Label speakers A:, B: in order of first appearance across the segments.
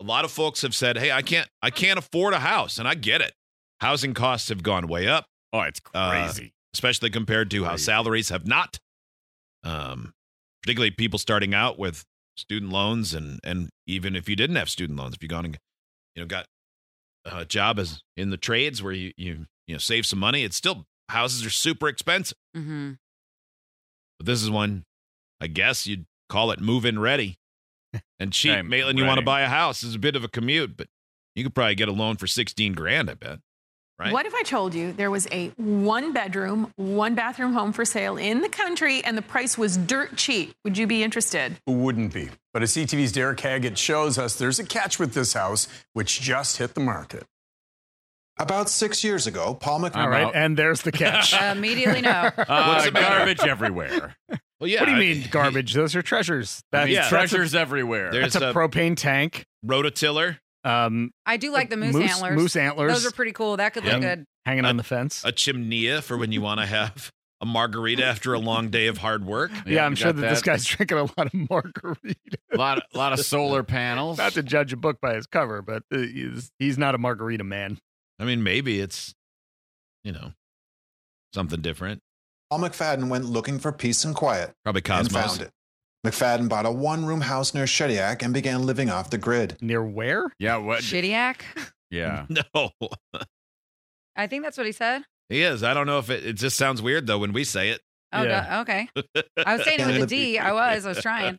A: A lot of folks have said, "Hey, I can't I can't afford a house." And I get it. Housing costs have gone way up,
B: Oh, it's
A: Uh,
B: crazy.
A: especially compared to how
B: Crazy.
A: salaries have not. Um, particularly people starting out with student loans and and even if you didn't have student loans, if you gone and you know got a job as in the trades where you you you know save some money, it's still houses are super expensive.
C: Mm-hmm.
A: But this is one, I guess you'd call it move-in ready and cheap.
B: Right,
A: Maitland, you want to
B: right.
A: buy a house? This is a bit of a commute, but you could probably get a loan for sixteen grand. I bet. Right?
D: What if I told you there was a one bedroom, one bathroom home for sale in the country and the price was dirt cheap? Would you be interested?
E: Who wouldn't be? But as CTV's Derek Haggett shows us, there's a catch with this house, which just hit the market. About six years ago, Paul McNamara.
F: All right,
B: out.
F: and there's the catch.
C: Immediately no.
A: What's
B: Uh,
A: the matter?
B: garbage everywhere.
A: Well, yeah.
F: what do you
A: I-
F: mean garbage? Those are treasures. That's,
A: Yeah.
F: that's a-
B: Treasures everywhere.
A: There's-
F: that's a,
A: a-
F: propane tank.
A: Rototiller,
F: Um,
C: I do like the moose, antlers.
F: Moose antlers.
C: Those are pretty cool. That could look
F: Yeah.
C: good.
F: hanging on
A: Uh,
F: the fence.
A: a chimney for when you want to have a margarita after a long day of hard work.
F: yeah, I'm
B: you
F: sure
B: got
F: that, this guy's drinking a lot of margarita.
B: a lot, a lot of solar panels.
F: Not to judge a book by his cover, but uh, he's, he's not a margarita man.
A: I mean, maybe it's, you know, something different.
G: Paul McFadden went looking for peace and quiet
A: Probably
G: and
A: Cosmos.
G: found it. McFadden bought a one room house near Shediac and began living off the grid.
F: Near where?
B: yeah, what?
C: Shittiac.
B: Yeah,
A: No,
C: I think that's what he said.
A: he is. I don't know if it, it just sounds weird though when we say it.
C: Oh,
F: Yeah.
C: duh, okay. I was saying it with a D. I was. I was trying.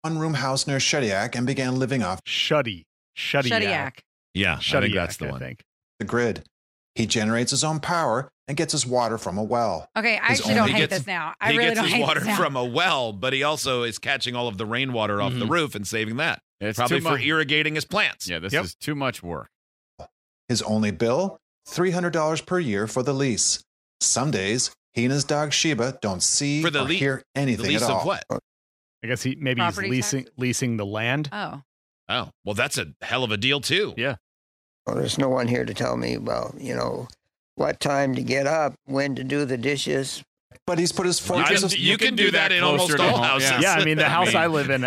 G: One room house near Shediac and began living off
F: Shuddy. Shuddy.
C: Shittiac.
A: Yeah, I think that's the
F: I
A: one.
F: think.
G: the grid. He generates his own power and gets his water from a well.
C: Okay, I
G: His
C: actually don't
G: only-
C: hate
A: He gets-
C: this now. I
A: he
C: really
A: gets
C: don't
A: his
C: hate
A: water
C: this now.
A: from a well, but he also is catching all of the rainwater off the
F: Mhm.
A: roof and saving that.
B: it's
A: probably
B: too
A: for
B: much.
A: irrigating his plants.
B: yeah, this
F: Yep.
B: is too much work.
G: His only bill $300 per year for the lease. Some days, he and his dog Sheba don't see
A: For the
G: or
A: lea-
G: hear
A: The
G: anything
A: lease
G: at all.
A: of what?
F: I guess he maybe he's
C: Property
F: leasing leasing the land.
C: Oh,
A: Oh, well, that's a hell of a deal too.
F: Yeah.
H: Well, there's no one here to tell me about, you know, what time to get up, when to do the dishes.
G: But he's put his
A: I
G: fortress
A: don't-
G: of
A: you, can, do that, in
B: closer
A: almost
B: to
A: all
B: home.
A: houses.
C: Uh,
B: Yeah.
F: Yeah, I mean the house
B: mean-
F: I live in.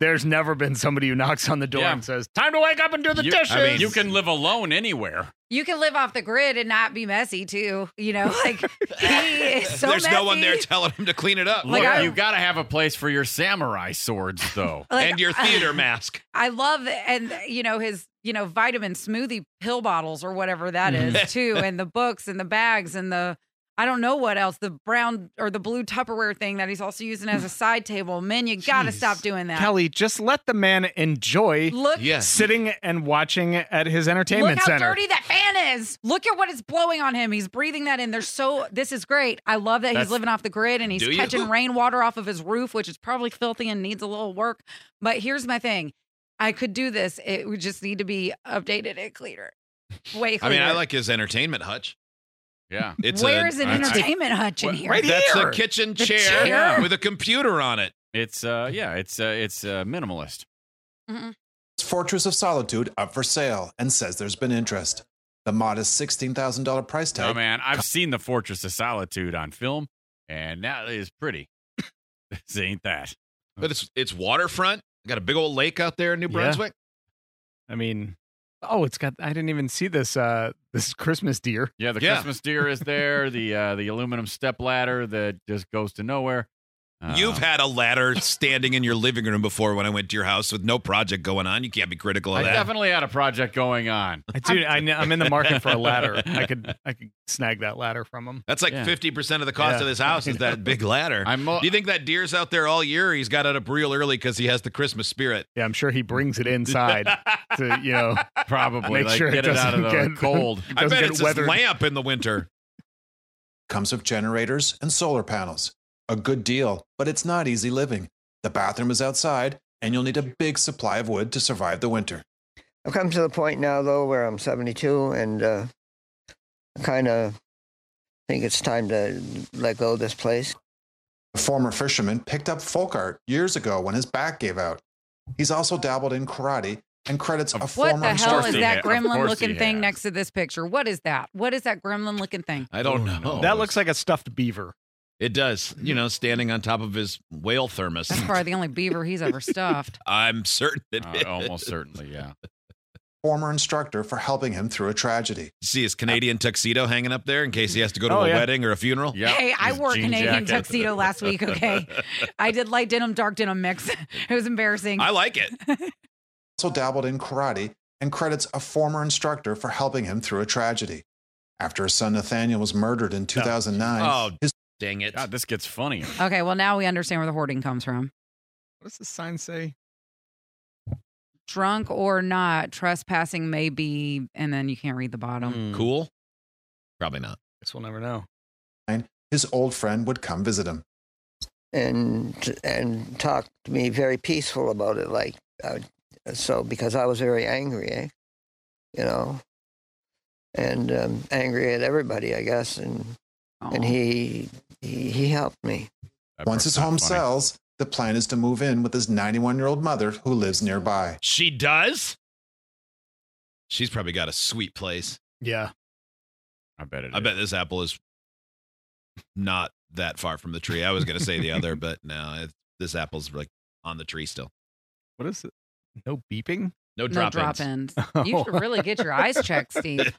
F: There's never been somebody who knocks on the door
B: Yeah.
F: and says, "Time to wake up and do the
B: you,
F: dishes."
B: I mean, you can live alone anywhere.
C: you can live off the grid and not be messy too. You know, like he is so
A: There's no
C: messy.
A: one there telling him to clean it up.
B: Look,
C: Like, I-
B: you gotta have a place for your samurai swords, though.
C: Like, uh,
A: and your theater mask.
C: I love and you know his you know vitamin smoothie pill bottles or whatever that is too, and the books and the bags and the I don't know what else the brown or the blue Tupperware thing that he's also using as a side table. Men, you gotta
F: Jeez.
C: stop doing that.
F: Kelly, just let the man enjoy
C: Look,
A: Yeah.
F: sitting and watching at his
C: look
F: entertainment
C: how
F: center.
C: dirty that fan is. Look at what it's blowing on him. He's breathing that in. There's so this is great. I love that
A: That's-
C: he's living off the grid and he's
A: Do you?
C: catching rainwater off of his roof, which is probably filthy and needs a little work. But here's my thing. I could do this. It would just need to be updated and cleaner. Way
A: I
C: cleaner.
A: mean, I like his entertainment hutch.
B: Yeah.
A: It's
C: Where
A: a,
C: is an
A: it's a-
C: entertainment hutch in here?
F: right here.
A: That's a kitchen
C: The
A: chair,
C: chair.
A: with a computer on it.
B: It's uh yeah, it's uh it's uh minimalist.
G: His Fortress of Solitude up for sale and says there's been interest. The modest $16,000 price
B: Oh
G: tag
B: man, I've seen the Fortress of Solitude on film, and that is pretty. this ain't that.
A: But it's it's waterfront. Got a big old lake out there in New
F: Yeah.
A: Brunswick.
F: I mean, oh, it's got. I didn't even see this. Uh, this Christmas deer.
B: Yeah, the
A: Yeah.
B: Christmas deer is there, the uh the aluminum step ladder that just goes to nowhere. Uh,
A: You've had a ladder standing in your living room before when I went to your house with no project going on. You can't be critical of
B: I
A: that.
B: definitely had a project going on.
F: Dude, I know, I'm in the market for a ladder. I could, I could snag that ladder from him.
A: That's like
B: Yeah.
A: fifty percent of the cost
F: Yeah.
A: of this house is that big ladder.
B: I'm mo-
A: Do you think that deer's out there all year? Or he's got out up real early because he has the Christmas spirit.
F: Yeah, I'm sure he brings it inside to, you know,
B: probably
F: Make
B: like,
F: sure it
B: get it, out of the
F: doesn't get-
B: cold.
A: I
F: Doesn't
A: bet
F: get
A: it's
F: weathered.
A: his lamp in the winter.
G: comes with generators and solar panels. A good deal, but it's not easy living. The bathroom is outside, and you'll need a big supply of wood to survive the winter.
H: I've come to the point now, though, where I'm 72 and uh, kind of think it's time to let go of this place.
G: A former fisherman picked up folk art years ago when his back gave out. He's also dabbled in karate and credits a
C: What
G: former
C: the hell
B: course
C: is
B: he has.
C: that
B: Of
C: gremlin
B: course
C: looking
B: he
C: thing
B: has.
C: next to this picture? What is that? What is that gremlin looking thing?
A: I don't know.
F: That looks like a stuffed beaver.
A: it does. You know, standing on top of his whale thermos.
C: That's probably the only beaver he's ever stuffed.
A: I'm certain it
B: Uh,
A: is.
B: almost certainly, yeah.
G: former instructor for helping him through a tragedy.
A: See his Canadian tuxedo hanging up there in case he has to go to
F: Oh,
A: a
F: yeah.
A: wedding or a funeral.
B: Yeah.
C: hey, I wore a Canadian tuxedo last week, okay? I did light denim, dark denim mix. It was embarrassing.
A: I like it.
G: also dabbled in karate and credits a former instructor for helping him through a tragedy. After his son Nathaniel was murdered in 2009,
A: Oh.
G: his
A: Dang it.
B: God, this gets funnier.
C: okay, well, now we understand where the hoarding comes from.
F: What does the sign say?
C: Drunk or not, trespassing may be, and then you can't read the bottom.
F: Hmm,
A: Cool? Probably not.
F: Guess we'll never know.
G: his old friend would come visit him.
H: and and talked to me very peaceful about it, like uh, so because I was very angry, eh? you know, and um, angry at everybody, I guess, and and
C: Aw.
H: he he, he helped me.
B: That
G: Once his
B: part's
G: home
B: not funny.
G: sells, the plan is to move in with his 91 year old mother who lives nearby.
A: She does? She's probably got a sweet place.
F: Yeah.
B: I bet it is.
A: I bet this apple is not that far from the tree. I was going to say the other, but no, it, this apple's like on the tree still.
F: What is it? No beeping.
A: No
C: no
A: drop
C: drop
A: ins.
C: ins. You should really get your eyes checked, Steve.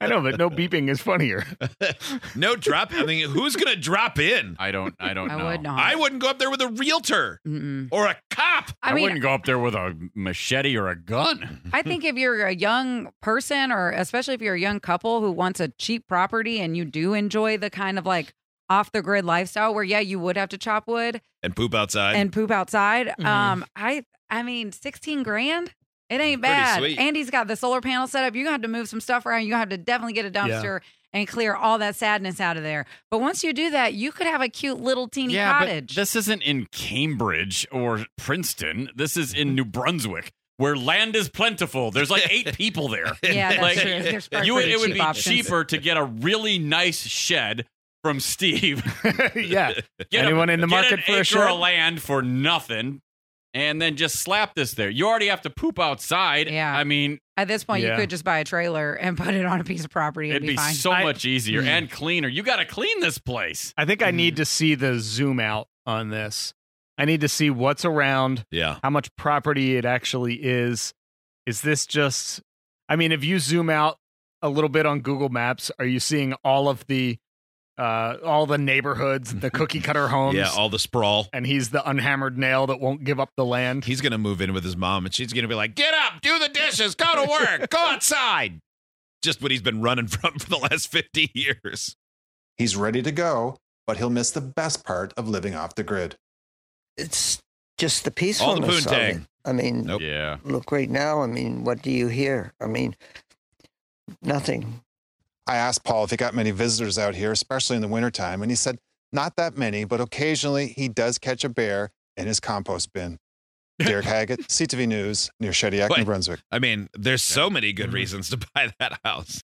F: I know, but no beeping is funnier.
A: no drop. I mean, who's going to drop in?
B: I don't. I don't
C: I
B: know.
C: would not.
A: I wouldn't go up there with a realtor
C: Mm-mm.
A: or a cop.
C: I
B: I,
C: mean,
B: wouldn't go up there with a machete or a gun.
C: I think if you're a young person, or especially if you're a young couple who wants a cheap property and you do enjoy the kind of like off the grid lifestyle where, yeah, you would have to chop wood
A: And poop outside.
C: and poop outside.
B: Mm-hmm.
F: Mhm.
C: Um, I, I mean, 16 grand, it
A: Pretty
C: ain't bad.
A: sweet.
C: Andy's got the solar panel set up. You're gonna have to move some stuff around. You're gonna have to definitely get a
F: Yeah.
C: dumpster and clear all that sadness out of there. But once you do that, you could have a cute little teeny
B: yeah,
C: cottage.
B: but this isn't in Cambridge or Princeton. This is in New Brunswick, where land is plentiful. There's like eight people there.
C: yeah, that's
B: like,
C: true. There's probably
B: You,
C: pretty
B: it would
C: cheap
B: be
C: options.
B: cheaper to get a really nice shed from Steve.
F: yeah.
B: Get a-
F: Anyone in the
B: get
F: market
B: an
F: for
B: acre
F: a shirt?
B: of land for nothing, and then just slap this there. You already have to poop outside.
C: Yeah.
B: I mean,
C: At this point,
F: Yeah.
C: you could just buy a trailer and put it on a piece of property.
B: it'd
C: It'd,
B: be,
C: fine.
B: so
F: I-
B: much easier
F: Hmm.
B: and cleaner. You got to clean this place.
F: I think I need
A: Mm-hmm.
F: to see the zoom out on this. I need to see what's around,
A: yeah.
F: how much property it actually is. Is this just, I mean, if you zoom out a little bit on Google Maps, are you seeing all of the, uh, all the neighborhoods, the cookie cutter homes?
A: Yeah. All the sprawl.
F: and he's the unhammered nail that won't give up the land.
A: He's going to move in with his mom and she's going to be like, get up, do the dishes, go to work, go outside. Just what he's been running from for the last 50 years.
G: He's ready to go, but he'll miss the best part of living off the grid.
H: It's just the peacefulness of it.
A: poontang.
H: I mean,
A: Nope.
B: Yeah.
H: look right now. I mean, what do you hear? I mean, nothing.
G: I asked Paul if he got many visitors out here, especially in the wintertime, and he said, not that many, but occasionally he does catch a bear in his compost bin. Derek Haggett, CTV News, near Shediac, New
A: Wait.
G: Brunswick.
A: I mean, there's so many good reasons to buy that house.